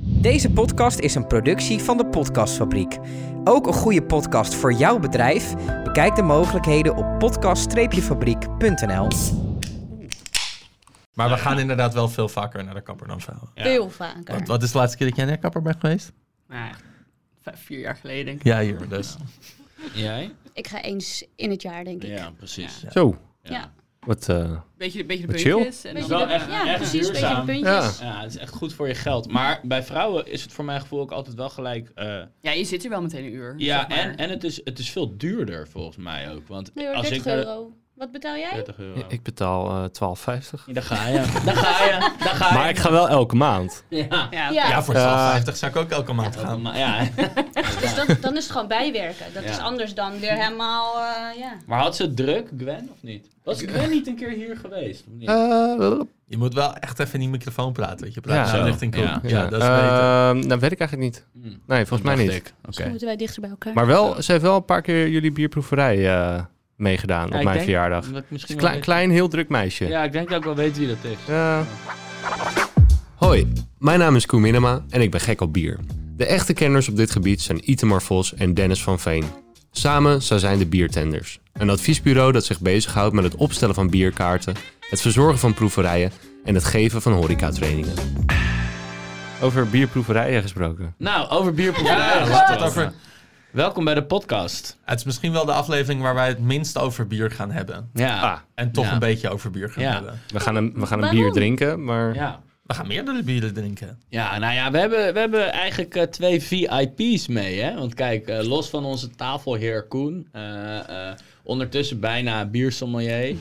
Deze podcast is een productie van de Podcastfabriek. Ook een goede podcast voor jouw bedrijf? Bekijk de mogelijkheden op podcast-fabriek.nl. Maar we gaan inderdaad wel veel vaker naar de kapper dan vrouwen. Veel vaker. Wat, wat is de laatste keer dat jij naar de kapper bent geweest? Nou, ja, vijf- vier jaar geleden denk ik. Ja, hier dus. Jij? Ik ga eens in het jaar, denk ik. Ja, precies. Ja. Zo, Ja. wat... eh, Beetje, beetje de Maar chill. puntjes. En Beetje dan, Wel de- echt- ja, echt precies. duurzaam. Beetje de puntjes. het is echt goed voor je geld. Maar bij vrouwen is het voor mijn gevoel ook altijd wel gelijk. eh, ja, je zit er wel meteen een uur. ja, zeg maar. en, en het, is, het is veel duurder volgens mij ook. Want Nee, hoor, als ik eh, 30 naar de- euro. Wat betaal jij? 30 euro. ik betaal eh 12,50. Daar ga je. Daar ga je. Daar ga je. Maar ik ga wel elke maand. Ja. eh, Ja, Ja. Ja, voor Ja. 1250 zou ik ook elke maand gaan. Maar, ja. Dus dat, dan is het gewoon bijwerken. Dat Ja. is anders dan weer helemaal, eh, ja. maar had ze het druk, Gwen, of niet? Was Gwen niet een keer hier geweest? Of niet? Eh, Je moet wel echt even in die microfoon praten. Want je praat Ja. zo Zo. richting Koen. Ja. Ja. Eh, dat is beter. Ehm, nou, weet ik eigenlijk niet. Hmm. Nee, volgens mij niet. Dacht ik. Oké. Moeten wij dichter bij elkaar. Maar wel, ze heeft wel een paar keer jullie bierproeverij eh, meegedaan Ja, op ik mijn denk verjaardag. dat ik Dus misschien klein, wel klein, heel druk meisje. weet- Ja, ik denk dat ik wel weet wie dat is. Ja. Hoi, mijn naam is Koen Minema en ik ben gek op bier. De echte kenners op dit gebied zijn Itemar Vos en Dennis van Veen. Samen zij zijn de Biertenders. Een adviesbureau dat zich bezighoudt met het opstellen van bierkaarten, het verzorgen van proeverijen en het geven van horecatrainingen. Over bierproeverijen gesproken. Nou, over bierproeverijen. Ja, laten laten we we het over- Welkom bij de podcast. Het is misschien wel de aflevering waar wij het minst over bier gaan hebben. Ja. Ah, En toch Ja. een beetje over bier gaan Ja. hebben. we gaan een, we gaan een Waarom? bier drinken, maar... ja. We gaan meerdere bieren drinken. Ja, nou ja, we hebben, we hebben eigenlijk eh, twee VIP's mee, hè? Want kijk, eh, los van onze tafelheer Koen, eh, eh, ondertussen bijna biersommelier, eh,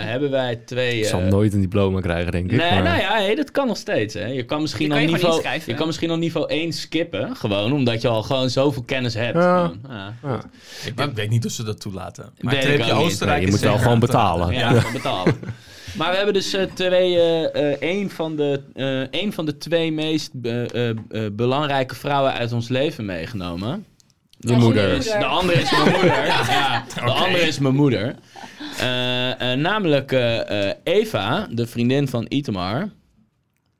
hebben wij twee... Ik zal eh, nooit een diploma krijgen, denk ik. Nee, maar... nou ja, hey, dat kan nog steeds. Hè. Je kan misschien Je al kan je gewoon niveau, inschrijven. je kan misschien al niveau 1 skippen, gewoon omdat je al gewoon zoveel kennis hebt. Ja. Gewoon, ja. Ja. Ik, ik weet niet of ze dat toelaten. Maar Weet ik Tripje ook niet. Oostenrijk Nee, je is moet wel zeker gewoon aan te raden. betalen. Ja, van betalen. maar we hebben dus eh, twee, eh, eh, één van de, eh, één van de twee meest be- eh, eh, belangrijke vrouwen uit ons leven meegenomen. Je moeder. moeder. Dus de andere is mijn moeder. Ja, de Oké. andere is mijn moeder. Eh, eh, namelijk eh, eh, Eva, de vriendin van Itamar.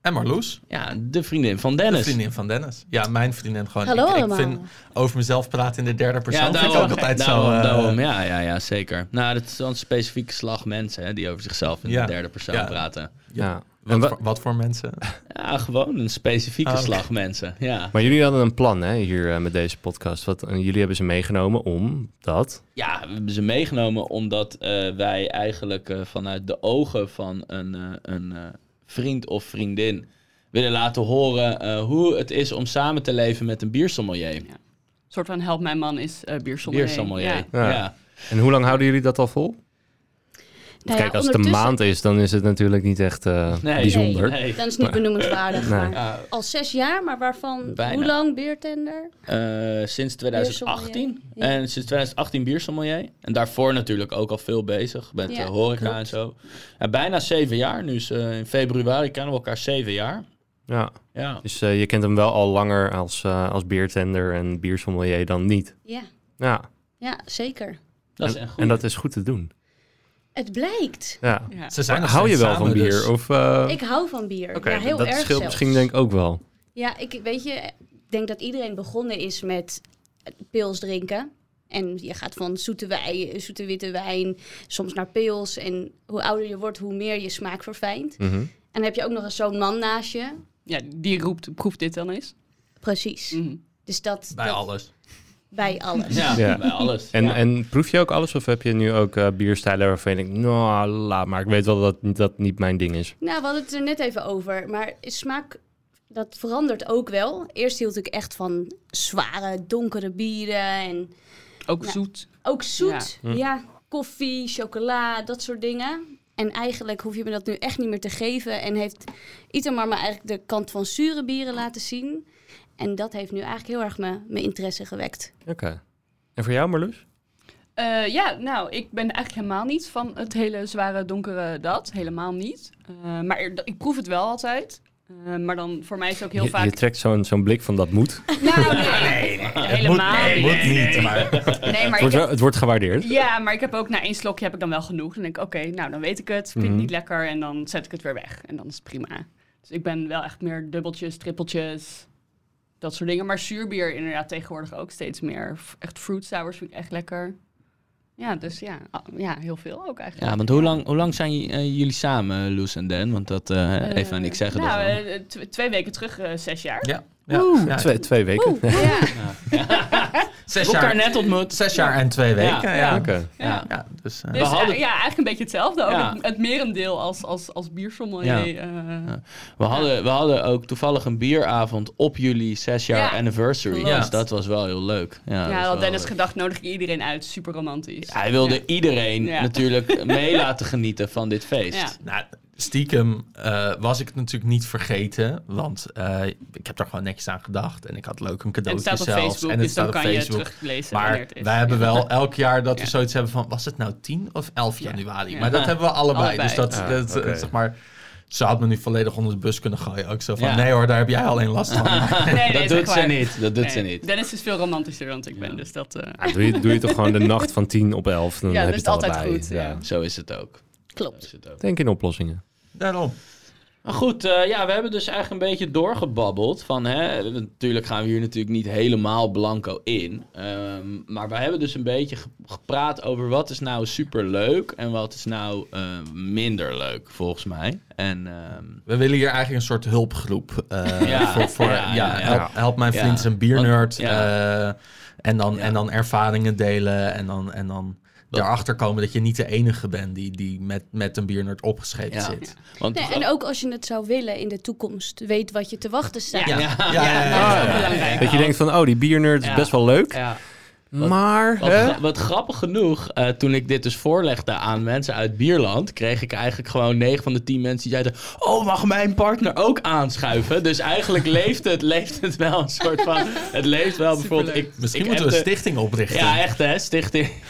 En Marloes, Ja, de vriendin van de Dennis. vriendin van Dennis. Ja, mijn vriendin gewoon. Hallo ik, ik allemaal. vind over mezelf praten in de derde persoon Ja, vind ik ook altijd daarom, zo... eh, daarom. Ja, ja, ja, zeker. Nou, dat is wel een specifieke slag mensen hè, die over zichzelf in Ja. de derde persoon Ja. praten. Ja. En Wat, wa- voor, wat voor mensen? Ja, gewoon een specifieke Oh, oké. slag mensen. Ja. Maar jullie hadden een plan hè, hier eh, met deze podcast. Wat, en jullie hebben ze meegenomen om dat. ja, we hebben ze meegenomen omdat eh, wij eigenlijk eh, vanuit de ogen van een, eh, een eh, vriend of vriendin willen laten horen eh, hoe het is om samen te leven met een biersommelier. Een soort van help mijn man is eh biersommelier. Biersommelier. Ja. Ja. Ja. En hoe lang houden jullie dat al vol? Nou ja, Kijk, als het een ondertussen- maand is, dan is het natuurlijk niet echt eh, Nee. bijzonder. Nee. Dan is het niet benoemenswaardig. Nee. maar Al zes jaar, maar waarvan Bijna. hoe lang beertender? Eh, sinds 2018. Biersommelier, ja. En sinds 2018 biersommelier. En daarvoor natuurlijk ook al veel bezig met Ja, eh, horeca klopt. en zo. Ja, bijna zeven jaar. Nu is eh, in februari kennen we elkaar zeven jaar. Ja. Ja. Dus eh, je kent hem wel al langer als, eh als biertender en biersommelier dan niet. Ja. Ja. ja, zeker. Dat is En- echt goed. En dat is goed te doen. Het blijkt. Ja. Ja. Ze zijn nog Hou je steeds wel van samen, bier? dus- Of, eh, Ik hou van bier. oké, ja, heel dat erg scheelt zelfs. misschien denk ik ook wel. Ja, ik weet je, ik denk dat iedereen begonnen is met pils drinken. En je gaat van zoete, wijn, zoete witte wijn soms naar pils. En hoe ouder je wordt, hoe meer je smaak verfijnt. Mhm. En dan heb je ook nog eens zo'n man naast je. Ja, die roept, proef dit dan eens. Precies. Mhm. Dus dat Bij dat- alles. bij alles. Ja, Ja. bij alles. En, ja. en proef je ook alles? Of heb je nu ook eh, bierstijlen waarvan je denkt, nou, laat maar. Ik weet wel dat dat niet mijn ding is. Nou, we hadden het er net even over. Maar smaak, dat verandert ook wel. Eerst hield ik echt van zware, donkere bieren. En Ook Ja. zoet. ook zoet. Hm. Ja. koffie, chocola, dat soort dingen. En eigenlijk hoef je me dat nu echt niet meer te geven. En heeft Itamar me eigenlijk de kant van zure bieren laten zien. En dat heeft nu eigenlijk heel erg me- mijn interesse gewekt. Oké. En voor jou, Marloes? Eh, ja, nou, ik ben eigenlijk helemaal niet van het hele zware, donkere dat. Helemaal niet. Eh, maar er- ik proef het wel altijd. Eh, maar dan voor mij is het ook heel je, vaak... je trekt zo'n zo'n blik van dat moet. Nou, nee, helemaal Het niet. moet niet, maar... Nee, maar Het ik wordt, wel- het wordt gewaardeerd. Ja, maar ik heb ook na één slokje heb ik dan wel genoeg. Dan denk ik, oké, nou dan weet ik het. Vind ik Mhm. niet lekker. En dan zet ik het weer weg. En dan is het prima. Dus ik ben wel echt meer dubbeltjes, trippeltjes. dat soort dingen. Maar zuurbier inderdaad tegenwoordig ook steeds meer. F- Echt fruit sours vind ik echt lekker. Ja, dus ja, ah, ja heel veel ook eigenlijk. Ja, want hoe lang, hoe lang zijn j- eh, jullie samen, Loes en Dan? Want dat eh, Eh, even aan niks zeggen. Nou, dat wel. eh, tw- twee weken terug, eh, zes jaar. Ja. ja. Ja. Twee, twee weken. Oeh, ja. Zes, eh, Hebben elkaar jaar, net ontmoet. zes jaar en twee weken. Ja, ja. Oké. Ja. dus, eh, Dus We hadden- eh, ja, eigenlijk een beetje hetzelfde. Ook Ja. het, het merendeel als, als, als biersommelier. Ja. eh, Ja. We, hadden, we hadden ook toevallig een bieravond op jullie zes jaar Ja, anniversary. klopt. Dus dat was wel heel leuk. Ja, dat Ja, was had wel Dennis leuk. gedacht, nodig ik iedereen uit. Super romantisch. Hij wilde Ja. iedereen Ja. natuurlijk mee laten genieten van dit feest. Ja. Nou, stiekem eh, was ik het natuurlijk niet vergeten. Want eh, ik heb er gewoon netjes aan gedacht. En ik had leuk een En cadeautje het staat op zelfs. Facebook, en dus dan kan je teruglezen wanneer Maar het is. wij hebben wel elk jaar dat we Ja. zoiets hebben van... Was het nou 10 of 11 Ja. januari? Ja. Maar dat Ja. hebben we allebei. Allebei. Dus dat, Ah, dat- oké. zeg maar... Ze had me nu volledig onder de bus kunnen gooien. Ook zo van, Ja. nee hoor, daar heb jij alleen last van. Nee, nee, dat zeg doet ze maar. niet. Dat doet Nee, ze niet. Dennis is veel romantischer dan ik ben, dus dat... eh, Doe je, doe je toch gewoon de nacht van 10 op 11? Dan Ja, heb dat je is het altijd allebei. Ah, goed, ja. Zo is het ook. Zo Klopt. is het ook. Denk in oplossingen. Daarom. Maar goed, eh, ja, we hebben dus eigenlijk een beetje doorgebabbeld. Van, hè, natuurlijk gaan we hier natuurlijk niet helemaal blanco in. Ehm, maar we hebben dus een beetje ge- gepraat over wat is nou superleuk en wat is nou eh, minder leuk, volgens mij. En ehm, We willen hier eigenlijk een soort hulpgroep. eh, Ja. Voor, voor, ja, Ja, ja, ja. Help, help mijn Ja. vriend is een biernerd. Want- ja. eh, en, dan, Ja. en dan ervaringen delen. En dan, en dan Dat- erachter komen dat je niet de enige bent die, die met, met een biernerd opgeschreven Ja. zit. want Nee, en ook als je het zou willen in de toekomst, weet wat je te wachten staat. Ja. Ja. Ja. Ja, ja, dat ja. is ook ja. belangrijk. Dat je denkt van, oh, die biernerd is Ja. best wel leuk. ja, Maar, Wat, hè? gra- wat grappig genoeg, eh, toen ik dit dus voorlegde aan mensen uit Bierland, kreeg ik eigenlijk gewoon 9 van de 10 mensen die zeiden: Oh, mag mijn partner ook aanschuiven? Dus eigenlijk leeft het, leeft het wel een soort van. Het leeft wel bijvoorbeeld. Ik, Misschien ik moeten we een appte- stichting oprichten. Ja, echt hè, stichting.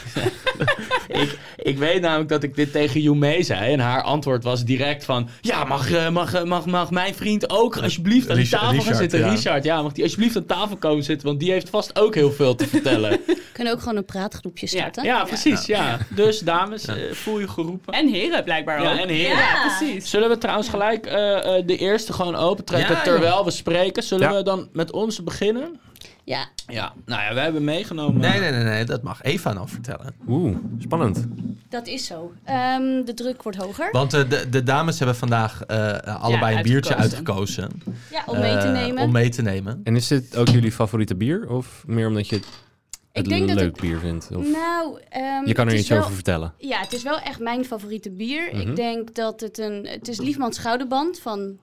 ik, ik weet namelijk dat ik dit tegen Joemé zei en haar antwoord was direct van... Ja, mag, eh, mag, eh, mag, mag mijn vriend ook alsjeblieft aan die Richard- tafel gaan Richard, zitten? ja. Richard, ja, mag die alsjeblieft aan tafel komen zitten, want die heeft vast ook heel veel te vertellen. Kunnen ook gewoon een praatgroepje starten. Ja, precies, ja. Dus dames, eh, voel je geroepen. En heren blijkbaar Ja, ook. en heren. Ja, precies. Zullen we trouwens gelijk eh, eh, de eerste gewoon opentrekken Ja, terwijl we spreken? Zullen Ja. we dan met onze beginnen? Ja. Ja, nou ja, we hebben meegenomen... Nee, nee, nee, nee, dat mag Eva nou vertellen. Oeh, spannend. dat is zo. Ehm, de druk wordt hoger. Want eh, de, de dames hebben vandaag eh, allebei een biertje uitgekozen. Ja, om mee te Eh, nemen. om mee te nemen. En is dit ook jullie favoriete bier? Of meer omdat je het Ik het denk dat leuk het- bier vindt? Of... Nou, ehm, je kan het er is iets wel- over vertellen. Ja, het is wel echt mijn favoriete bier. Mhm. Ik denk dat het een... Het is Liefmans Goudeband van...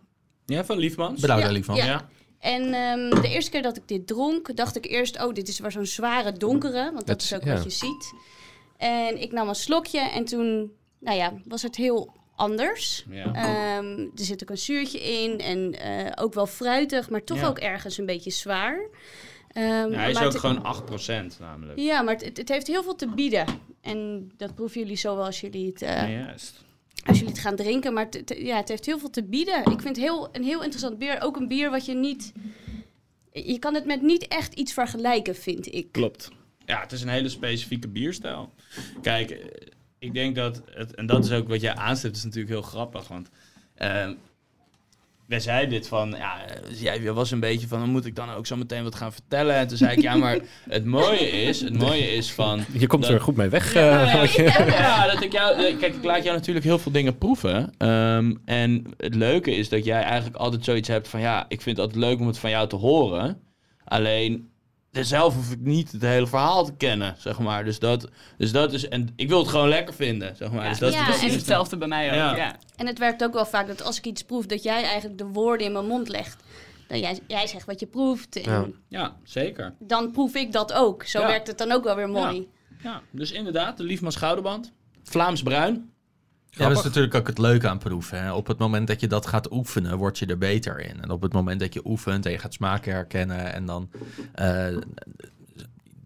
Ja, van Liefmans. Bedankt Ja, daar lief van. ja. En ehm, de eerste keer dat ik dit dronk, dacht ik eerst... Oh, dit is wel zo'n zware donkere, want dat Het- is ook ja. wat je ziet. En ik nam een slokje en toen... Nou ja, was het heel anders. Ja. Ehm, er zit ook een zuurtje in en eh, ook wel fruitig, maar toch Ja. ook ergens een beetje zwaar. Ehm, Ja, hij is maar ook het- gewoon 8% namelijk. Ja, maar het, het heeft heel veel te bieden. En dat proeven jullie zo wel als jullie het, eh, Juist. als jullie het gaan drinken. Maar het, het- ja, het heeft heel veel te bieden. Ik vind het heel, een heel interessant bier. Ook een bier wat je niet... Je kan het met niet echt iets vergelijken, vind ik. Klopt. Ja, het is een hele specifieke bierstijl. Kijk, eh, ik denk dat, het, en dat is ook wat jij aanstipt, is natuurlijk heel grappig. Want ehm, wij zeiden dit van, ja, eh, jij was een beetje van, moet ik dan ook zo meteen wat gaan vertellen? En toen zei ik, ja, maar het mooie is, het mooie is van... Je komt dat- er goed mee weg. Ja, nou eh, ja, wat je- ja, ja, dat ik jou. eh, Kijk, ik laat jou natuurlijk heel veel dingen proeven. Ehm, en het leuke is dat jij eigenlijk altijd zoiets hebt van ja, ik vind het altijd leuk om het van jou te horen. Alleen zelf hoef ik niet het hele verhaal te kennen, zeg maar. Dus dat, dus dat is. En ik wil het gewoon lekker vinden, zeg maar. Ja, dus dat dat is Ja, precies en- hetzelfde bij mij ook. Ja. Ja. En het werkt ook wel vaak dat als ik iets proef, dat jij eigenlijk de woorden in mijn mond legt. Dat jij, jij zegt wat je proeft. En Ja. Ja, zeker. dan proef ik dat ook. Zo Ja. werkt het dan ook wel weer mooi. Ja, dus inderdaad, de Liefmans Goudeband. Vlaams Bruin. Ja, dat is natuurlijk ook het leuke aan proeven. Hè. Op het moment dat je dat gaat oefenen, word je er beter in. En op het moment dat je oefent en je gaat smaken herkennen en dan... eh,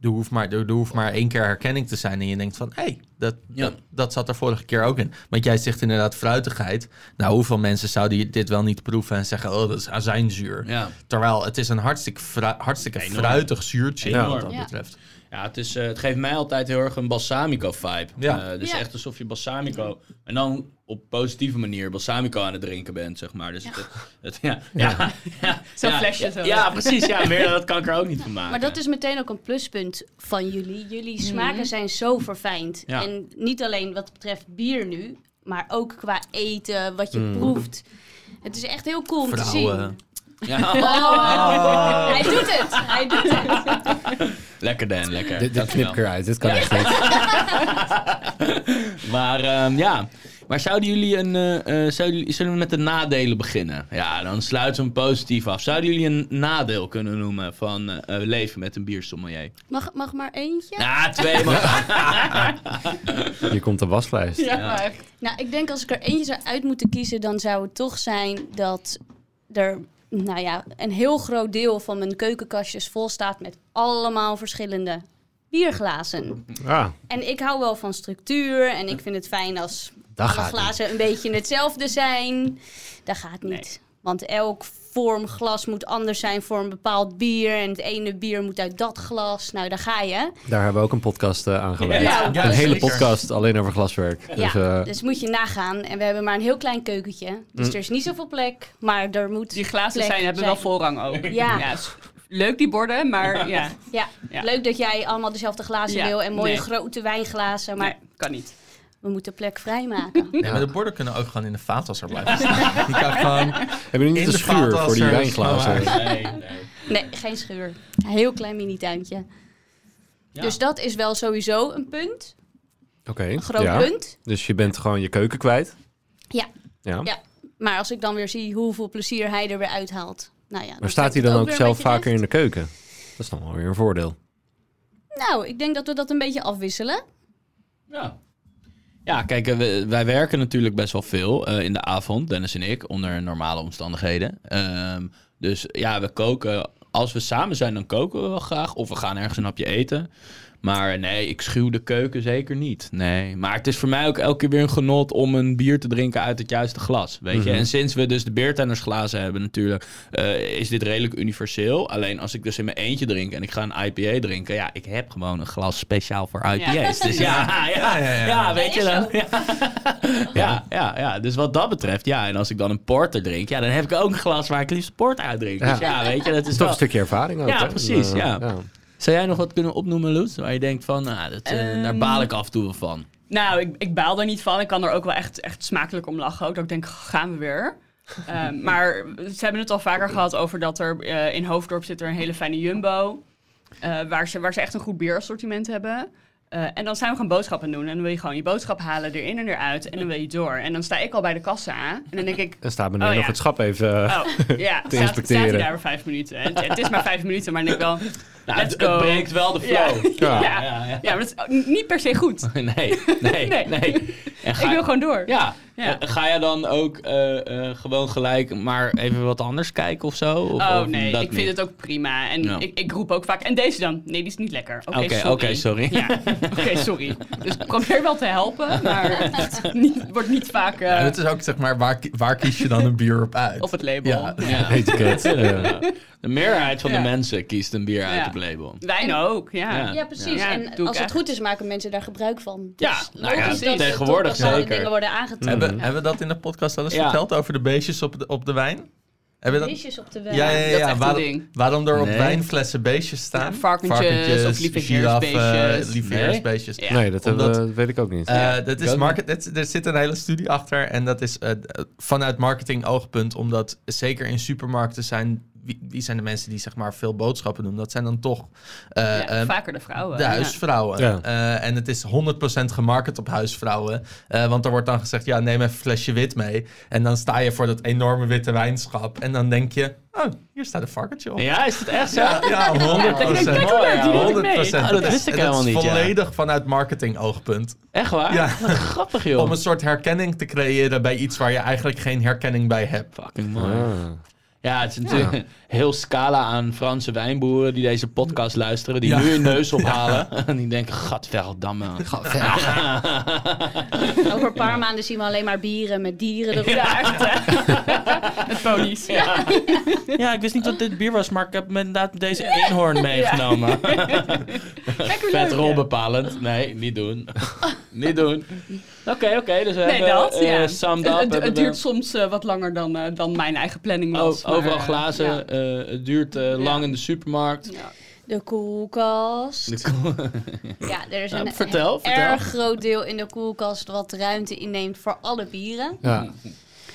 er hoeft, maar, er, er hoeft maar één keer herkenning te zijn en je denkt van... hé, hey, dat, Ja. dat, dat zat er vorige keer ook in. Want jij zegt inderdaad fruitigheid. Nou, hoeveel mensen zouden dit wel niet proeven en zeggen... oh, dat is azijnzuur. Ja. Terwijl het is een hartstikke, fru- hartstikke Enorm. fruitig zuurtje Enorm. wat dat Ja. betreft. Ja, het, is, eh, het geeft mij altijd heel erg een balsamico vibe. Ja. Eh, dus Ja. echt alsof je balsamico. En dan op positieve manier balsamico aan het drinken bent, zeg maar. Dus ja. Het, het- ja, Ja. ja. ja, ja, Zo'n flesje ja, zo. Ja, precies. Ja, meer dan dat kan ik er ook niet van maken. Maar dat is meteen ook een pluspunt van jullie. Jullie smaken zijn zo verfijnd. Ja. En niet alleen wat betreft bier nu, maar ook qua eten, wat je Mm. proeft. Het is echt heel cool om te zien. Vrouwen. Ja. Oh. Hij doet het! Hij doet het! Lekker Dan, lekker. Dit, dit knip Dankjewel. ik eruit, dit kan echt niet. Maar ehm, ja, maar zouden jullie een, eh, eh, zouden, jullie- zullen we met de nadelen beginnen? Ja, dan sluiten we hem positief af. Zouden jullie een nadeel kunnen noemen van eh, eh, leven met een biersommelier? Mag, mag maar eentje? Ja, twee maar. Hier komt de waslijst. Ja, maar echt. Nou, ik denk als ik er eentje zou uit moeten kiezen, dan zou het toch zijn dat er nou ja, een heel groot deel van mijn keukenkastjes vol staat met allemaal verschillende bierglazen. Ah, Ja, En ik hou wel van structuur en ik vind het fijn als daar alle gaat het. glazen een beetje hetzelfde zijn. Dat gaat niet. Want elk vorm glas moet anders zijn voor een bepaald bier. En het ene bier moet uit dat glas. Nou, daar ga je. Daar hebben we ook een podcast eh, aan gewijd. Ja, een ja, hele zeker. podcast alleen over glaswerk. Dus, ja, eh, Mm. dus moet je nagaan. En we hebben maar een heel klein keukentje. Dus er is niet zoveel plek, maar er moet... Die glazen plek zijn, hebben zijn. wel voorrang ook. Ja. is leuk die borden, maar ja. Ja, Ja. leuk dat jij allemaal dezelfde glazen Ja, wil en mooie nee. grote wijnglazen. Maar Maar kan niet. we moeten plek vrijmaken. Nee, maar de borden kunnen ook gewoon in de vaatwasser blijven staan. Die kan gewoon... hebben jullie niet In een de schuur voor die vaatwasser, wijnglazen? schoonmaken. Nee, nee. nee, geen schuur. Een heel klein mini-tuintje. Ja. Dus dat is wel sowieso een punt. Oké, Een groot ja. punt. Dus je bent gewoon je keuken kwijt? Ja. ja. Ja. Maar als ik dan weer zie hoeveel plezier hij er weer uithaalt. Nou ja, Maar staat hij dan ook zelf vaker in de keuken? Dat is dan wel weer een voordeel. Nou, ik denk dat we dat een beetje afwisselen. Ja. Ja, kijk, eh, we- wij werken natuurlijk best wel veel eh, in de avond, Dennis en ik, onder normale omstandigheden. Ehm, dus ja, we koken. Als we samen zijn, dan koken we wel graag. Of we gaan ergens een hapje eten. Maar nee, ik schuw de keuken zeker niet. Nee, maar het is voor mij ook elke keer weer een genot om een bier te drinken uit het juiste glas. Weet je? En sinds we dus de beertennersglazen hebben natuurlijk, eh, is dit redelijk universeel. Alleen als ik dus in mijn eentje drink en ik ga een IPA drinken, ja, ik heb gewoon een glas speciaal voor IPA's. Dus ja, ja, ja, ja, ja. weet je dan. Ja. Ja, ja, ja, dus wat dat betreft, ja. En als ik dan een porter drink, ja, dan heb ik ook een glas waar ik liefst port uit drink. Dus ja, weet je, dat is Toch wel... een stukje ervaring ook. Ja, hè? precies, Eh, ja. Zou jij nog wat kunnen opnoemen, Loes? Waar je denkt van, ah, dat, eh, daar Ehm. baal ik af en toe wel van. Nou, ik, ik baal er niet van. Ik kan er ook wel echt, echt smakelijk om lachen. Ook dat ik denk, gaan we weer. Ehm, maar ze hebben het al vaker gehad over dat er eh, in Hoofddorp zit er een hele fijne jumbo. eh, waar, ze, waar ze echt een goed bierassortiment hebben. Eh, en dan zijn we gaan boodschappen doen. En dan wil je gewoon je boodschap halen erin en eruit. En dan wil je door. En dan sta ik al bij de kassa. En dan denk ik, Dan staat meneer Oh, nog ja. het schap even... eh, oh ja, staat, staat hij inspecteren. daar voor vijf minuten. En het, het is maar vijf minuten, maar dan denk ik wel, Nou, Let's het, het go. breekt wel de flow. ja, Ja, ja. ja, ja. ja, maar dat is ook niet per se goed. Nee, nee, nee. Nee. En ga, Ik wil gewoon door. Ja. Ja. Eh, Ga jij dan ook eh, eh, gewoon gelijk maar even wat anders kijken of zo? Of, Oh of nee, ik dat vind niet? het ook prima. En Ja. ik, ik roep ook vaak. En deze dan? Nee, die is niet lekker. Oké, Oké, sorry. oké, sorry. Ja, oké, sorry. Dus ik probeer wel te helpen, maar het niet- wordt niet vaak eh, Ja, dat is ook zeg maar, waar, ki- waar kies je dan een bier op uit? op het label. Ja. Oh. Ja. Etiket. eh, Ja. De meerderheid van de Ja. mensen kiest een bier uit Ja. het label. Wijn ook, ja. Ja. ja. Ja, precies. Ja, doe en ik als het echt. goed is, maken mensen daar gebruik van. Ja, Dus nou ja, logisch dat ze tegenwoordig toch bepaalde zeker. dingen worden Mm. aangetoond. Hebben, hebben we dat in de podcast al eens Ja. verteld over de beestjes op de, op de wijn? Hebben we dat? Beestjes op de weg. Ja, ja, ja. dat is echt ja. een Waarom, ding. waarom er op Nee. wijnflessen beestjes staan? Ja, varkentjes of lieveheersbeestjes. giraffen, Nee. lieveheersbeestjes. Ja. Nee, dat, hebben, Omdat- dat weet ik ook niet. Eh, Ja, dat is ook market, dat, er zit een hele studie achter. En dat is eh, d- vanuit marketing oogpunt. Omdat zeker in supermarkten zijn... Wie, wie zijn de mensen die zeg maar veel boodschappen doen? Dat zijn dan toch eh, eh, vaker de vrouwen. de ja. huisvrouwen. Ja. Eh, en het is 100% gemarket op huisvrouwen. Eh, want er wordt dan gezegd, ja, neem even een flesje wit mee. En dan sta je voor dat enorme witte wijnschap. En dan denk je, oh, hier staat een varkentje op. Ja, is het echt zo? Ja, ja, 100%. Kijk hoe leuk, die neem ik 100%. mee. Oh, dat wist ik En helemaal Dat niet, is ja. volledig vanuit marketing oogpunt. Echt waar? Ja. Wat grappig, joh. Om een soort herkenning te creëren bij iets waar je eigenlijk geen herkenning bij hebt. Fucking mooi. Ah. Ja, het is natuurlijk een heel scala aan Franse wijnboeren die deze podcast luisteren, die Ja. nu hun neus ophalen. En die denken, gadverdamme. Over een paar maanden zien we alleen maar bieren met dieren erop. Ja, echt hè. Met ponies. Ja. ja, ik wist niet dat dit bier was, maar ik heb me inderdaad deze eenhoorn meegenomen. Lekker leuk. Vet ja. rolbepalend. Nee, niet doen. Niet doen. Oké, oké. dus we Nee, hebben dat, eh, ja. summed Het- up, het, het hebben we- duurt soms eh, wat langer dan, eh, dan mijn eigen planning was. O- overal maar, eh, glazen. ja. eh, het duurt eh, lang Ja. in de supermarkt. Ja. De koelkast. De ko- Ja, er is Nou, een vertel, erg vertel. groot deel in de koelkast wat ruimte inneemt voor alle bieren. Ja.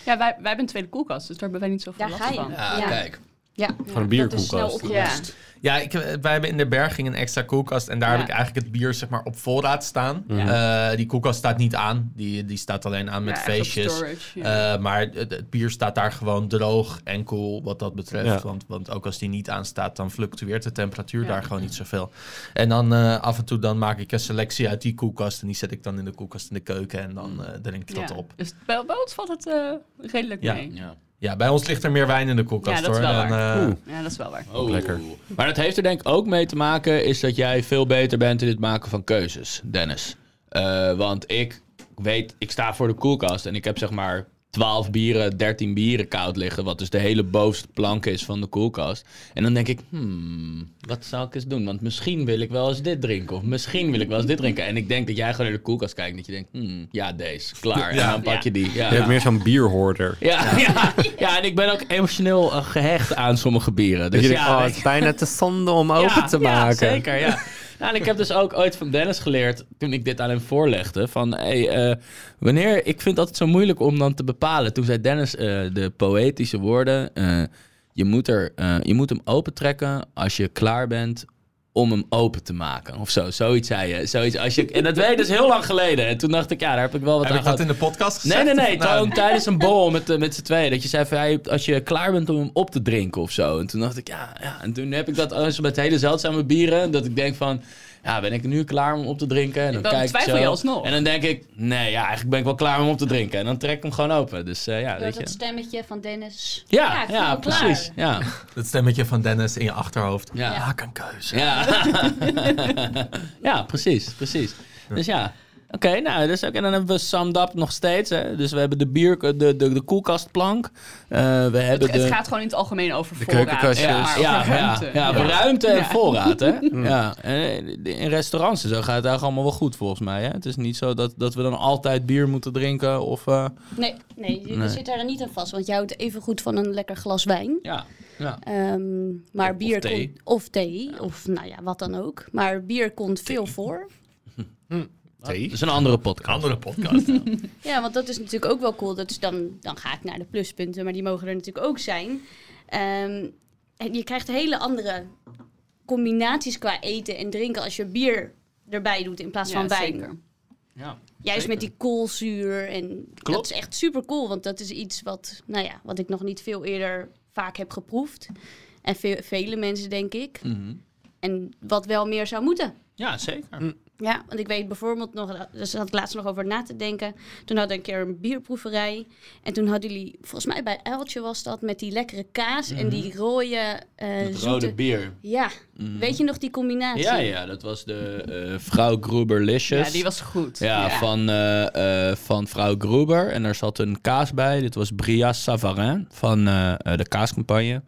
Ja, wij, wij hebben een tweede koelkast, dus daar hebben wij niet zoveel Daar last ga je. van. Ja, Ja. Ah, kijk. Ja, Gewoon een dat is snel bierkoelkast. opgelost. Ja, ik, eh, wij hebben in de berging een extra koelkast. En daar Ja. heb ik eigenlijk het bier zeg maar, op voorraad staan. Eh, die koelkast staat niet aan. Die, die staat alleen aan met Ja, echt op feestjes. storage, ja. Eh, maar het, het bier staat daar gewoon droog en koel wat dat betreft. Ja. Want, want ook als die niet aanstaat, dan fluctueert de temperatuur Ja. daar gewoon niet zoveel. En dan eh, af en toe dan maak ik een selectie uit die koelkast. En die zet ik dan in de koelkast in de keuken. En dan eh, drink ik dat Ja. op. Dus bij, bij ons valt het eh, redelijk Ja. mee. Ja. Ja, bij ons ligt er meer wijn in de koelkast Ja, dat is hoor. wel en, waar. eh, Ja, dat is wel waar. Oh. Lekker. Maar dat heeft er denk ik ook mee te maken, is dat jij veel beter bent in het maken van keuzes, Dennis. Eh, want ik weet, ik sta voor de koelkast en ik heb zeg maar 12 bieren, 13 bieren koud liggen, wat dus de hele bovenste plank is van de koelkast. En dan denk ik, hmm, wat zou ik eens doen? Want misschien wil ik wel eens dit drinken, of misschien wil ik wel eens dit drinken. En ik denk dat jij gewoon naar de koelkast kijkt en dat je denkt, hmm, ja, deze, klaar. En dan pak je die. Ja. Je hebt meer zo'n bierhoorder. Ja, ja. ja, en ik ben ook emotioneel eh, gehecht aan sommige bieren. Dus Dat je denkt, ja, oh, weet het is bijna te zonde om open te ja, maken. zeker, ja. Nou, en ik heb dus ook ooit van Dennis geleerd, toen ik dit aan hem voorlegde, van hey, eh, wanneer, ik vind het altijd zo moeilijk om dan te bepalen. Toen zei Dennis eh, de poëtische woorden, eh, je, moet er, eh, je moet hem opentrekken als je klaar bent om hem open te maken. Of zo, zoiets zei je. Zoiets, als je en dat weet ik dus heel lang geleden. En toen dacht ik, ja, daar heb ik wel wat heb aan ik dat gehad. in de podcast gezegd? Nee, nee, Of nee. nou, Gewoon tijdens een bol met, eh, met z'n tweeën. Dat je zei van, ja, als je klaar bent om hem op te drinken of zo. En toen dacht ik, ja, ja. En toen heb ik dat als met hele zeldzame bieren. Dat ik denk van, ja, ben ik nu klaar om hem op te drinken? En dan, Dan kijk ik twijfel zo. je alsnog. En dan denk ik, nee, ja, eigenlijk ben ik wel klaar om hem op te drinken. En dan trek ik hem gewoon open. Dus eh, ja, Door weet je. dat stemmetje van Dennis. Ja, ja, ik voel me klaar. precies. Ja. Dat stemmetje van Dennis in je achterhoofd. Ja. Maak een keuze. Ja. ja, precies, precies. Dus ja. Oké, nou, dus ook, en dan hebben we summed up nog steeds. Hè. Dus we hebben de bier, de, de, de koelkastplank. Eh, we hebben Het, de... het gaat gewoon in het algemeen over De voorraad. keukenkastjes. zeg maar, Ja, over ja, ja, ruimte. ja, voor ruimte en Ja. voorraad, hè? Mm. Ja. En eh, in restaurants en zo gaat het eigenlijk allemaal wel goed, volgens mij. Hè? Het is niet zo dat, dat we dan altijd bier moeten drinken of... eh, Nee, nee, je Nee. zit daar niet aan vast. Want jij houdt even goed van een lekker glas wijn. ja, ja. Ehm, maar Of bier thee. komt- of thee, of nou ja, wat dan ook. Maar bier komt veel voor. Dat is een andere podcast. Andere podcast. Ja, want dat is natuurlijk ook wel cool. Dat is dan, dan ga ik naar de pluspunten, maar die mogen er natuurlijk ook zijn. Ehm, en je krijgt hele andere combinaties qua eten en drinken als je bier erbij doet in plaats Ja, van wijn. zeker. Ja. Juist met die koolzuur en dat Klopt. is echt super cool, want dat is iets wat, nou ja, wat ik nog niet veel eerder vaak heb geproefd. En ve- vele mensen, denk ik. Mhm. En wat wel meer zou moeten. Ja, zeker. Ja, want ik weet bijvoorbeeld nog, daar zat ik laatst nog over na te denken. Toen hadden we een keer een bierproeverij. En toen hadden jullie, volgens mij bij Uiltje was dat, met die lekkere kaas en die rode eh Het zoete... Mhm. rode bier. Ja, Mhm. weet je nog die combinatie? Ja, ja, dat was de eh vrouw Gruberlicious. Ja, die was goed. Ja, Van, eh, eh, van vrouw Gruber. En daar zat een kaas bij. Dit was Bria Savarin van eh, eh, de kaascampagne.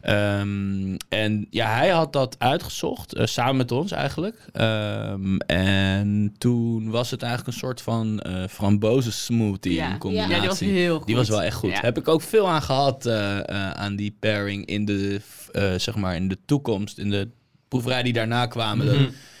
Ehm, en ja, hij had dat uitgezocht, eh, samen met ons eigenlijk. Ehm, en toen was het eigenlijk een soort van eh frambozen smoothie Ja. in Ja, combinatie. Ja, die was heel goed. Die was wel echt goed. Ja. Heb ik ook veel aan gehad eh, eh, aan die pairing in de, eh, zeg maar in de toekomst, in de proeverij die daarna kwamen. Dat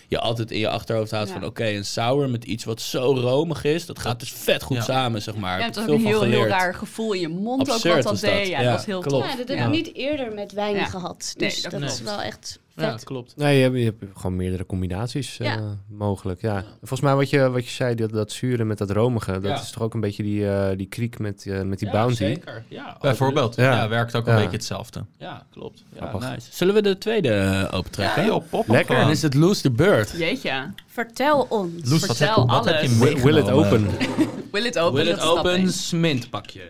je altijd in je achterhoofd houdt Ja. van oké, een sour met iets wat zo romig is, dat gaat dus vet goed Ja. samen, zeg maar. Ja, Heb het ik was ook veel een van heel, heel geleerd. raar gevoel in je mond Absurd ook wat was dat deed. dat. Ja, Ja, dat was heel klopt. tof. Ja, dat heb Ja. ik niet eerder met wijn Ja. gehad. Nee, Dus dat dat, is klopt. wel echt Ja, vet. klopt. Nee, je hebt, je hebt gewoon meerdere combinaties eh, Ja. mogelijk. Ja. Volgens mij wat je, wat je zei, dat, dat zure met dat romige, dat Ja. is toch ook een beetje die, eh, die kriek met, eh, met die bounty. Zeker. Ja, Bijvoorbeeld. Ja. Ja. werkt ook Ja. een beetje hetzelfde. ja klopt. Ja, Grappig. nice. Zullen we de tweede eh, opentrekken? Lekker. Dan is het Loose the Bird. Jeetje. Vertel ons. Loes, wat Vertel heb, wat heb je alles. Wi- Will it meegenomen? open? Will it open? Will dat it is stap één. open? Smint pakje.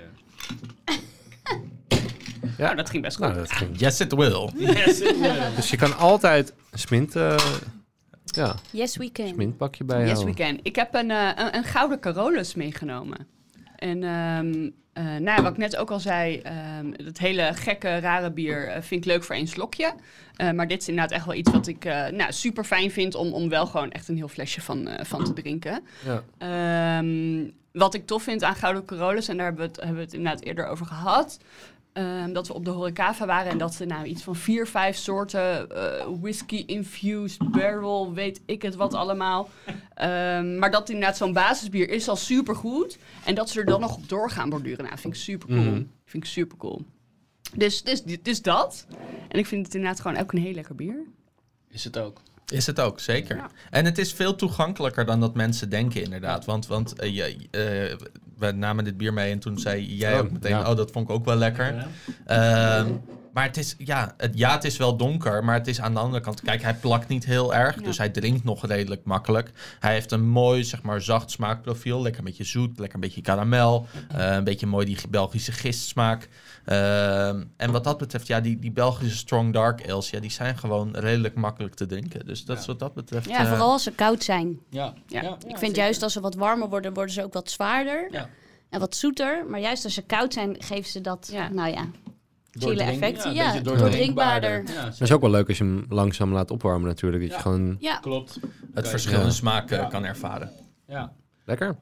Nou, dat ging best goed. Nou, dat ging. Yes, it will. Dus je kan altijd een smint, eh, ja, Yes, we can. smintpakje bij Yes, houden. we can. Ik heb een, eh, een, een gouden Carolus meegenomen. En ehm, eh, nou ja, wat ik net ook al zei, ehm, dat hele gekke, rare bier eh, vind ik leuk voor één slokje. Eh, maar dit is inderdaad echt wel iets wat ik eh, nou, super fijn vind om, om wel gewoon echt een heel flesje van, eh, van te drinken. Ja. Ehm, wat ik tof vind aan Gouden Corollas, en daar hebben we het, hebben we het inderdaad eerder over gehad. ehm, dat we op de Horecava waren en dat ze nou iets van vier, vijf soorten eh, whisky-infused barrel, weet ik het wat allemaal. Ehm, maar dat inderdaad zo'n basisbier is al supergoed. En dat ze er dan nog op door gaan borduren. Nou, vind ik super cool. Mhm. Vind ik super cool. Dus, dus, dus dat. En ik vind het inderdaad gewoon ook een heel lekker bier. Is het ook. Is het ook, zeker. En het is veel toegankelijker dan dat mensen denken, inderdaad. Want, want eh, je, eh, we namen dit bier mee en toen zei jij Oh, ook meteen... ja. oh, dat vond ik ook wel lekker. Ehm, maar het is, ja het, ja, het is wel donker, maar het is aan de andere kant... Kijk, hij plakt niet heel erg, dus hij drinkt nog redelijk makkelijk. Hij heeft een mooi, zeg maar, zacht smaakprofiel. Lekker een beetje zoet, lekker een beetje karamel. eh, een beetje mooi die Belgische gistsmaak. Ehm, en wat dat betreft, ja, die, die Belgische strong dark ales, ja, die zijn gewoon redelijk makkelijk te drinken. Dus dat is wat dat betreft... Ja, eh, vooral als ze koud zijn. Ja. Ja. ja. ik vind juist als ze wat warmer worden, worden ze ook wat zwaarder Ja. en wat zoeter. Maar juist als ze koud zijn, geven ze dat, Ja. nou ja, chille Doordrink- effect. een Ja, beetje doordrinkbaarder. Ja, Dat is ook wel leuk als je hem langzaam laat opwarmen natuurlijk. Dat je Ja. gewoon... Ja, klopt. het Kijk, verschil ja. in smaak eh, Ja. kan ervaren. Ja. Lekker.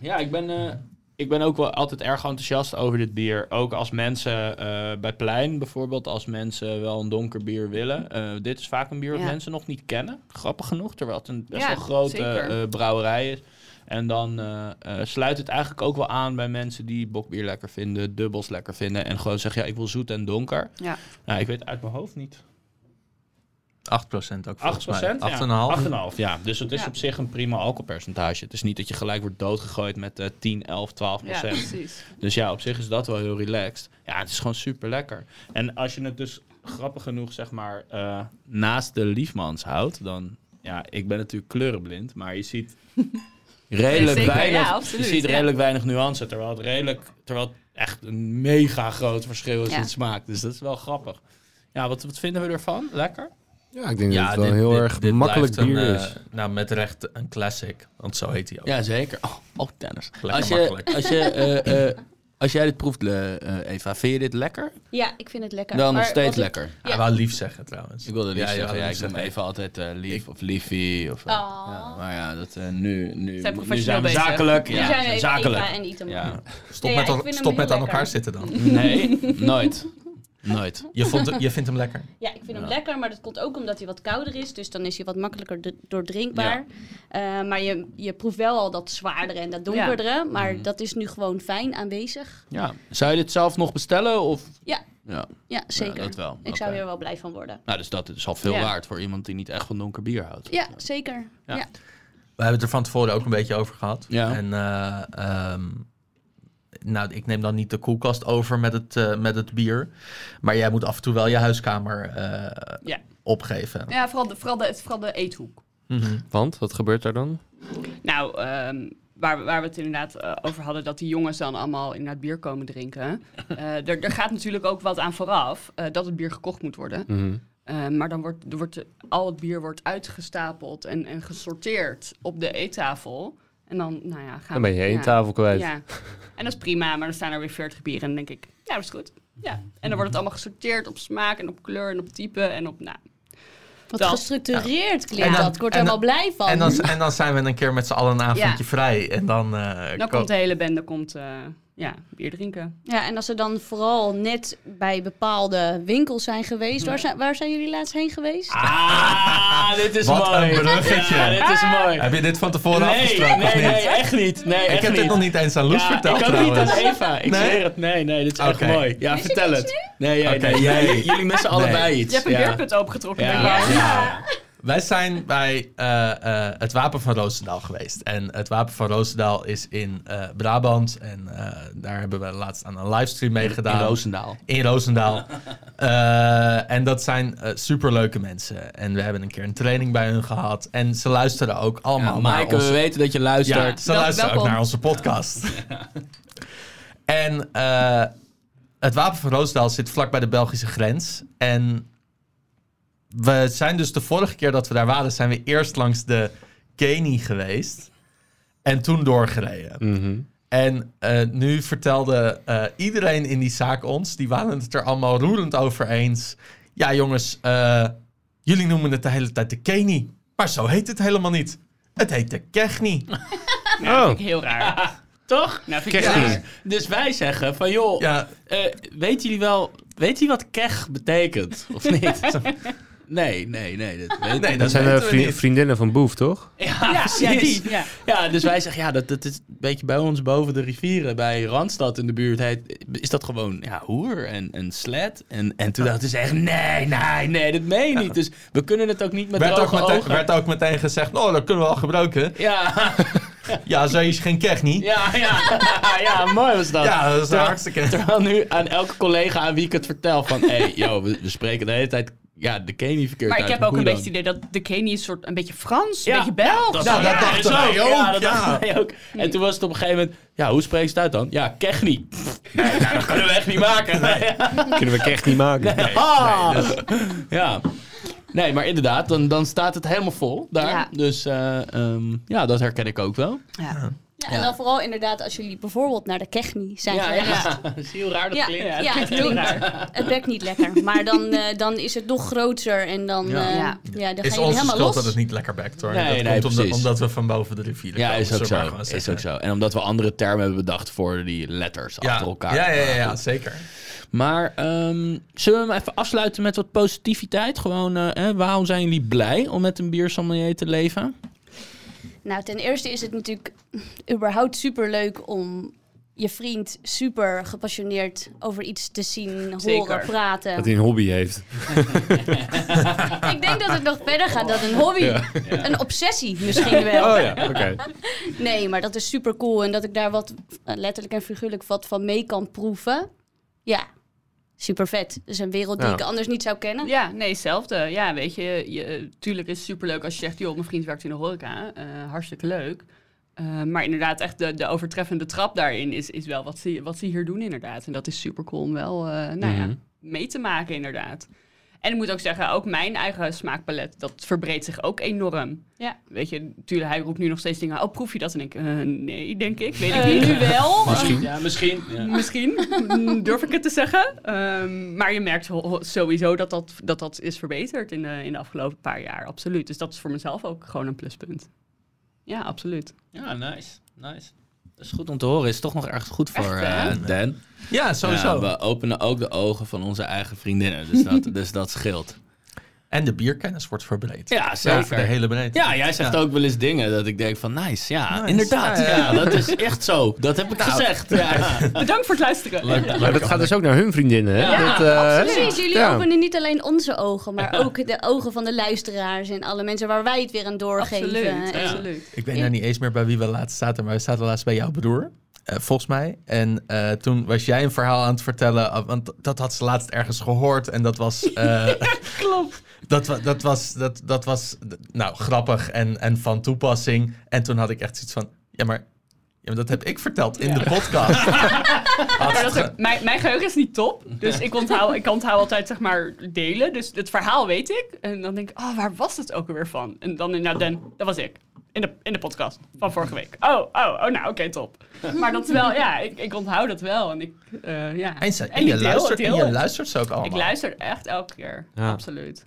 Ja, ik ben, eh, ik ben ook wel altijd erg enthousiast over dit bier. Ook als mensen eh, bij Plein bijvoorbeeld, als mensen wel een donker bier willen. Eh, dit is vaak een bier dat Ja. mensen nog niet kennen. Grappig genoeg, terwijl het een best Ja, wel grote zeker. eh, brouwerij is. En dan eh, eh, sluit het eigenlijk ook wel aan bij mensen die bokbier lekker vinden, dubbels lekker vinden. En gewoon zeggen, ja, ik wil zoet en donker. Ja. Nou, ik weet uit mijn hoofd niet. 8% ook 8 volgens procent? mij. 8,5. 8,5, ja. Dus het is Ja. op zich een prima alcoholpercentage. Het is niet dat je gelijk wordt doodgegooid met eh 10, 11, 12 Ja, procent. precies. Dus ja, op zich is dat wel heel relaxed. Ja, het is gewoon super lekker. En als je het dus grappig genoeg, zeg maar, eh, naast de Liefmans houdt, dan. Ja, ik ben natuurlijk kleurenblind, maar je ziet redelijk Zeker, weinig. ja, je absoluut, ziet ja. redelijk weinig nuance, terwijl het redelijk, terwijl het echt een mega groot verschil is Ja. in smaak. Dus dat is wel grappig. Ja, wat, wat vinden we ervan? Lekker? Ja, ik denk dat het wel heel erg dit makkelijk blijft bier een, eh, is. nou, met recht een classic. Want zo heet hij ook. Ja, zeker. Oh, oh tennis. Lekker als, je, makkelijk. als, je, eh, eh, als jij dit proeft, eh, eh, Eva, vind je dit lekker? ja, ik vind het lekker. Dan nog Maar steeds wat ik- lekker. Hij wou lief zeggen trouwens. Ik wilde lief Ja, je zeggen, wou ja, ik lief noem zeggen. even altijd eh, lief of liefie. Of, eh, Oh. ja, maar ja, dat, eh, nu, nu, Zijn nu professioneel zijn we bezig. zakelijk. Nu Ja, zijn we even zakelijk. Eva en Itamar. Ja. Stop Ja, met, ik aan- vind hem stop met heel aan elkaar lekker. zitten dan. Nee, nooit. Nooit. Je, vond, je vindt hem lekker. Ja, ik vind hem Ja. lekker, maar dat komt ook omdat hij wat kouder is. Dus dan is hij wat makkelijker do- doordrinkbaar. Eh, maar je, je proeft wel al dat zwaardere en dat donkerdere. Maar Mhm. dat is nu gewoon fijn aanwezig. Ja. Zou je dit zelf nog bestellen? Of? Ja. ja. Ja, zeker. dat wel. Ik zou Oké. hier wel blij van worden. Nou, dus dat is al veel Ja. waard voor iemand die niet echt van donker bier houdt. Ja, zeker. Ja. Ja. We hebben het er van tevoren ook een beetje over gehad. Ja. En eh, ehm, nou, ik neem dan niet de koelkast over met het, eh, met het bier. Maar jij moet af en toe wel je huiskamer eh, Ja. opgeven. Ja, vooral de, vooral, de, vooral de eethoek. Mhm. eh, Want, wat gebeurt daar dan? Nou, ehm, waar, we- waar we het inderdaad eh, over hadden, dat die jongens dan allemaal inderdaad bier komen drinken. Eh, er er gaat natuurlijk ook wat aan vooraf, eh, dat het bier gekocht moet worden. Mhm. Eh, maar dan wordt, er wordt al het bier wordt uitgestapeld en, en gesorteerd op de eettafel. En dan, nou ja, gaan Dan ben je één ja. tafel kwijt. Ja, en dat is prima, maar dan staan er weer 40 bieren en dan denk ik, ja, dat is goed. Ja. En dan wordt het allemaal gesorteerd op smaak en op kleur en op type en op, nou, Wat Dat- gestructureerd En klinkt dan- dat. Ik word er en helemaal blij van. En, dan, en dan zijn we een keer met z'n allen een avondje vrij. En dan, eh, dan ko- komt de hele bende komt, eh, ja, bier drinken. Ja, en als ze dan vooral net bij bepaalde winkels zijn geweest. Waar, zijn, waar zijn jullie laatst heen geweest? Ah, dit is Wat mooi. een bruggetje. Ja, dit is mooi. Heb je dit van tevoren nee, afgesproken of nee, niet? nee, echt niet. Nee, ik echt heb niet. dit nog niet eens aan Loes Ja, verteld Ik had niet trouwens. aan Eva. Ik Nee? zweer het. Nee, nee, dit is Oké. echt mooi. Ja, vertel iets het. Nee, jij, Oké, nee, jij. jullie- jullie missen allebei iets. Je hebt een ja. bierput opengetrokken. Ja. denk ik. Ja. Wij zijn bij eh, eh, het Wapen van Roosendaal geweest. En het Wapen van Roosendaal is in eh, Brabant. En eh, daar hebben we laatst aan een livestream mee gedaan. In Roosendaal. In Roosendaal. Eh, en dat zijn eh, superleuke mensen. En we hebben een keer een training bij hun gehad. En ze luisteren ook allemaal Ja, naar Maaike, ons. we weten dat je Ja, luistert. ze Wel- luisteren ook welkom. naar onze podcast. en eh, het Wapen van Roosendaal zit vlak bij de Belgische grens. En we zijn dus de vorige keer dat we daar waren, zijn we eerst langs de Keni geweest. En toen doorgereden. Mhm. En eh, nu vertelde eh, iedereen in die zaak ons, die waren het er allemaal roerend over eens. Ja, jongens, eh, jullie noemen het de hele tijd de Keni, maar zo heet het helemaal niet. Het heet de Kechni. Dat Oh, vind ik heel raar. Toch? Nou, vind ik Ja. heel raar. Dus wij zeggen van joh, Ja, eh, weten jullie wel, weet je wat keg betekent? Of niet? nee, nee, nee. Dat weet nee, nee. dat dat zijn weten we eh, vri- niet. vriendinnen van Boef, toch? Ja, Ja, precies. ja, die. Ja. Ja, dus wij zeggen, ja, dat, dat is een beetje bij ons boven de rivieren, bij Randstad in de buurt, heet, is dat gewoon ja, hoer en, en slet. En, en toen dachten ze echt, nee, nee, nee, dat meen je niet. Dus we kunnen het ook niet met werd, ook droge meteen, ogen. werd ook meteen gezegd, oh, dat kunnen we al gebruiken. Ja, Ja, zo is geen Kechni. Ja, ja, ja, ja, mooi was dat. dat is Terwijl- hartstikke... Terwijl nu aan elke collega aan wie ik het vertel van, hé, hey, yo, we, we spreken de hele tijd, ja, de Kenie verkeerd Maar ik uit. heb ook Hoe een dan? beetje het idee dat de Kenie is soort, een beetje Frans, Ja, een beetje Belg. dat Nou, dachten is wij ook, Ja, dat ja. dachten wij ook. En toen was het op een gegeven moment, ja, hoe spreek je het uit dan? Ja, Kechni. Nee, nou, dat kunnen we echt niet maken. Kunnen we echt niet maken. Ah. dus- Ja. Nee, maar inderdaad, dan, dan staat het helemaal vol daar. Ja. Dus eh, ehm, ja, dat herken ik ook wel. Ja. Ja, en dan vooral inderdaad als jullie bijvoorbeeld naar de Kechni zijn Ja, geweest. ja. Zie je hoe raar dat Ja, klinkt? ja, Ja, het het klinkt, klinkt het werkt niet lekker. Maar dan, eh, dan is het nog groter en dan, Ja. eh, ja. Ja. dan ga Is je helemaal onze los. schuld dat het niet lekker bekt, hoor. Nee, dat nee, komt omdat, precies. omdat we van boven de rivier Ja, komen, is ook, zullen we zo. maar gewoon is zeggen. ook zo. En omdat we andere termen hebben bedacht voor die letters Ja. achter elkaar. Ja, ja, ja, ja, zeker. Maar ehm, zullen we hem even afsluiten met wat positiviteit? Gewoon, eh, hè, waarom zijn jullie blij om met een biersommelier te leven? Nou, ten eerste is het natuurlijk überhaupt superleuk om je vriend super gepassioneerd over iets te zien, horen, Zeker. praten. Dat hij een hobby heeft. Ik denk dat het nog verder gaat dan een hobby. Een obsessie misschien wel. Oh ja, oké. Nee, maar dat is super cool. En dat ik daar wat eh, letterlijk en figuurlijk wat van mee kan proeven. Ja, super vet. Dat is een wereld die Ja. ik anders niet zou kennen. Ja, nee, hetzelfde. Ja, weet je, je, tuurlijk is het superleuk als je zegt... joh, mijn vriend werkt in de horeca. eh, hartstikke leuk. Eh, maar inderdaad, echt de, de overtreffende trap daarin is, is wel wat ze, wat ze hier doen inderdaad. En dat is super cool om wel eh, nou Mhm. ja, mee te maken inderdaad. En ik moet ook zeggen, ook mijn eigen smaakpalet, dat verbreedt zich ook enorm. Ja. Weet je, natuurlijk, hij roept nu nog steeds dingen. Oh, proef je dat? En ik, eh, nee, denk ik. Weet ik Eh, niet. nu wel. Misschien. Ja, misschien. Ja. Misschien, Mm, durf ik het te zeggen. Ehm, maar je merkt ho- ho- sowieso dat dat, dat dat is verbeterd in de, in de afgelopen paar jaar, absoluut. Dus dat is voor mezelf ook gewoon een pluspunt. Ja, absoluut. Ja, nice. Nice. Dat is goed om te horen. Is toch nog erg goed voor Echt, hè? eh, Dan. Ja, sowieso. Ja, we openen ook de ogen van onze eigen vriendinnen. Dus dat, dus dat scheelt. En de bierkennis wordt verbreed. Ja, Over de hele breedte. Ja, jij zegt Ja. ook wel eens dingen dat ik denk van nice. Ja, Nice. inderdaad. Ja, Ja, ja, ja. dat is echt zo. Dat heb ik gezegd. Ja. Bedankt voor het luisteren. Maar dat gaat dus ook naar hun vriendinnen, hè? Ja, dat, eh, Precies, jullie ja. openen niet alleen onze ogen, maar ook de ogen van de luisteraars en alle mensen waar wij het weer aan doorgeven. Eh, Absoluut, En- absoluut. Ik weet nou niet eens meer bij wie we laatst zaten, maar we zaten laatst bij jouw broer. eh, volgens mij. En eh, toen was jij een verhaal aan het vertellen, ah, want dat had ze laatst ergens gehoord. En dat was, eh, Klopt. dat, wa- dat was, dat, dat was d- nou, grappig en, en van toepassing. En toen had ik echt zoiets van, ja maar, ja, maar dat heb ik verteld in de podcast. Had Maar ze dat is ge- ook- mijn, mijn geheugen is niet top, dus ik onthoud, ik onthoud altijd zeg maar delen. Dus het verhaal weet ik. En dan denk ik, oh, waar was het ook alweer van? En dan inderdaad, Dan, dat was ik. In de, in de podcast van vorige week. Oh, oh, oh, nou oké, top. Maar dat is wel, ja, ik, ik onthoud dat wel. En ik, eh, ja. en, ze- en ik je deel luistert, het, en deel je het. luistert ze ook allemaal. Ik luister echt elke keer, Ja. absoluut.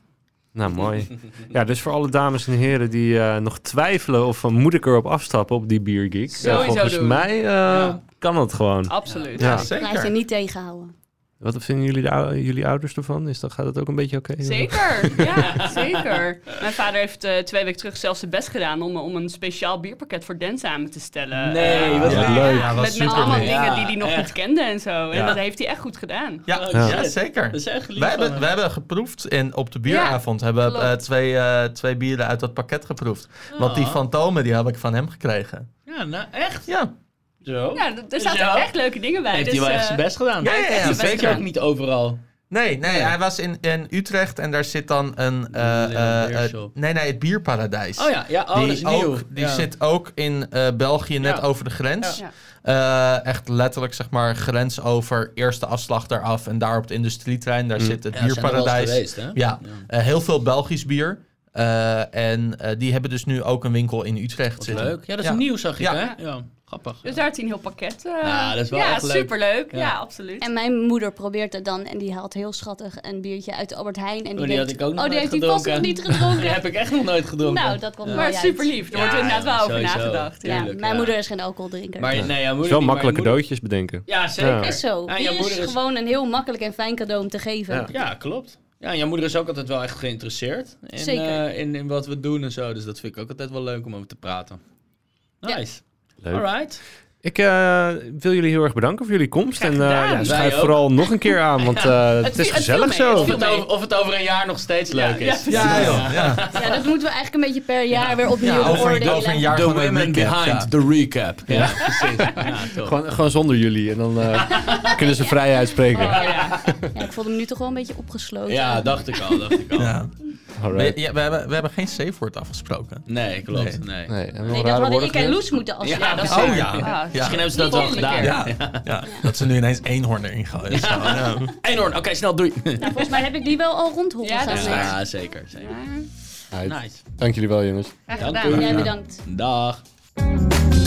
Nou, mooi. Ja, dus voor alle dames en heren die eh, nog twijfelen of van, moet ik erop afstappen op die biergeek. eh, Sowieso volgens doen. mij eh, kan dat gewoon. Absoluut. Ja. Blijf je Zeker. niet tegenhouden. Wat vinden jullie, de ou- jullie ouders ervan? Is dat, gaat dat ook een beetje oké? Zeker, ja, zeker. Mijn vader heeft eh, twee weken terug zelfs zijn best gedaan om, om een speciaal bierpakket voor Den samen te stellen. Nee, Eh, wat Ja, leuk. Ja, was met, met super allemaal leuk. dingen Ja, Oh. die hij nog echt. niet kende en zo. Ja. En dat heeft hij echt goed gedaan. Ja, Ja. ja, zeker. Dat is echt lief Wij van hebben, hem. wij hebben geproefd en op de bieravond hebben we klopt. eh, twee, eh, twee bieren uit dat pakket geproefd. Want die Oh. Ah. fantomen die heb ik van hem gekregen. Ja, nou echt Ja, zo. Ja, d- er zaten Ja. echt leuke dingen bij. Heeft dus, hij wel eh, echt zijn best gedaan. Ja, ja, ja, Hij heeft ja, zijn best zeker. gedaan. Ook niet overal. nee, nee, hij was in, in Utrecht en daar zit dan een... eh, Een eh, beershop. eh, nee, nee, het bierparadijs. Oh ja, ja oh, die dat is nieuw. ook, die ja. zit ook in eh, België, net Ja. over de grens. Ja. Eh, echt letterlijk, zeg maar, grens over. Eerste afslag daaraf en daar op de industrietrein, daar zit het Mm. Ja, zijn er wel eens bierparadijs. geweest, hè? Ja, eh, heel veel Belgisch bier. Eh, Eh, en eh, die hebben dus nu ook een winkel in Utrecht Wat zitten. leuk. Ja, dat is Ja. nieuw, zag ik, Ja. hè? Ja, grappig. Dus daar had hij een heel pakket. eh, Ja, dat is wel ja, echt leuk. superleuk. Ja. Ja, absoluut. En mijn moeder probeert het dan en die haalt heel schattig een biertje uit de Albert Heijn. En die, Oh, die denkt, had ik ook nog Oh, die nooit heeft hij vast nog gedronken." niet gedronken. Die heb ik echt nog nooit gedronken. Nou, dat komt wel maar juist. super lief. Er wordt Ja, inderdaad wel ja, over sowieso. nagedacht. Ja, Ja. Tuurlijk, mijn ja. moeder is geen alcoholdrinker. Maar, nee, jouw Het is moeder wel niet, maar makkelijk je moeder- cadeautjes bedenken. Ja, zeker. Ja. is zo. Ja, bier jouw is, moeder is- gewoon een heel makkelijk en fijn cadeau om te geven. Ja. Ja, klopt. Ja, en jouw moeder is ook altijd wel echt geïnteresseerd in, Zeker. eh, in, in wat we doen en zo. Dus dat vind ik ook altijd wel leuk om over te praten. Ja. Nice. Leuk. Alright. Ik eh, wil jullie heel erg bedanken voor jullie komst. En eh, gedaan. ja, Wij schrijf ook. vooral nog een keer aan, want eh, viel- het, is het viel gezellig mee, zo. het Of viel het, over, of het over een jaar nog steeds leuk Ja, is. ja, precies. Ja, dat moeten we eigenlijk een beetje per jaar weer opnieuw Ja, over, een- beoordelen. over een jaar The gewoon een women recap, behind ja. the recap. Ja, precies. Ja, toch. Gewoon, gewoon zonder jullie. En dan eh, kunnen ze vrij uitspreken. Oh, ja. Ja, ik voelde me nu toch wel een beetje opgesloten. ja, dacht ik al, dacht ik al. Ja. Alright. We, ja, we, hebben, we hebben geen safe word afgesproken. Nee, klopt. Nee. Nee, hebben nee, we nog dat rare hadden woorden ik en gezegd? Loes moeten afspreken. Ja, dat is Oh, waar. ja. Ah, Ja. Misschien hebben ze dat wel Volgende gedaan. keer. Ja. Ja, ja. dat ze nu ineens eenhoorn erin gooien. Zo, ja. Eenhoorn, oké, snel, doei. Nou, volgens mij heb ik die wel al rond horen Ja, gaan. dat is Ja, Ja, zeker. zeker. Alright. Nice. Dank jullie wel, jongens. Graag Dank gedaan. u. Jij bedankt. Dag.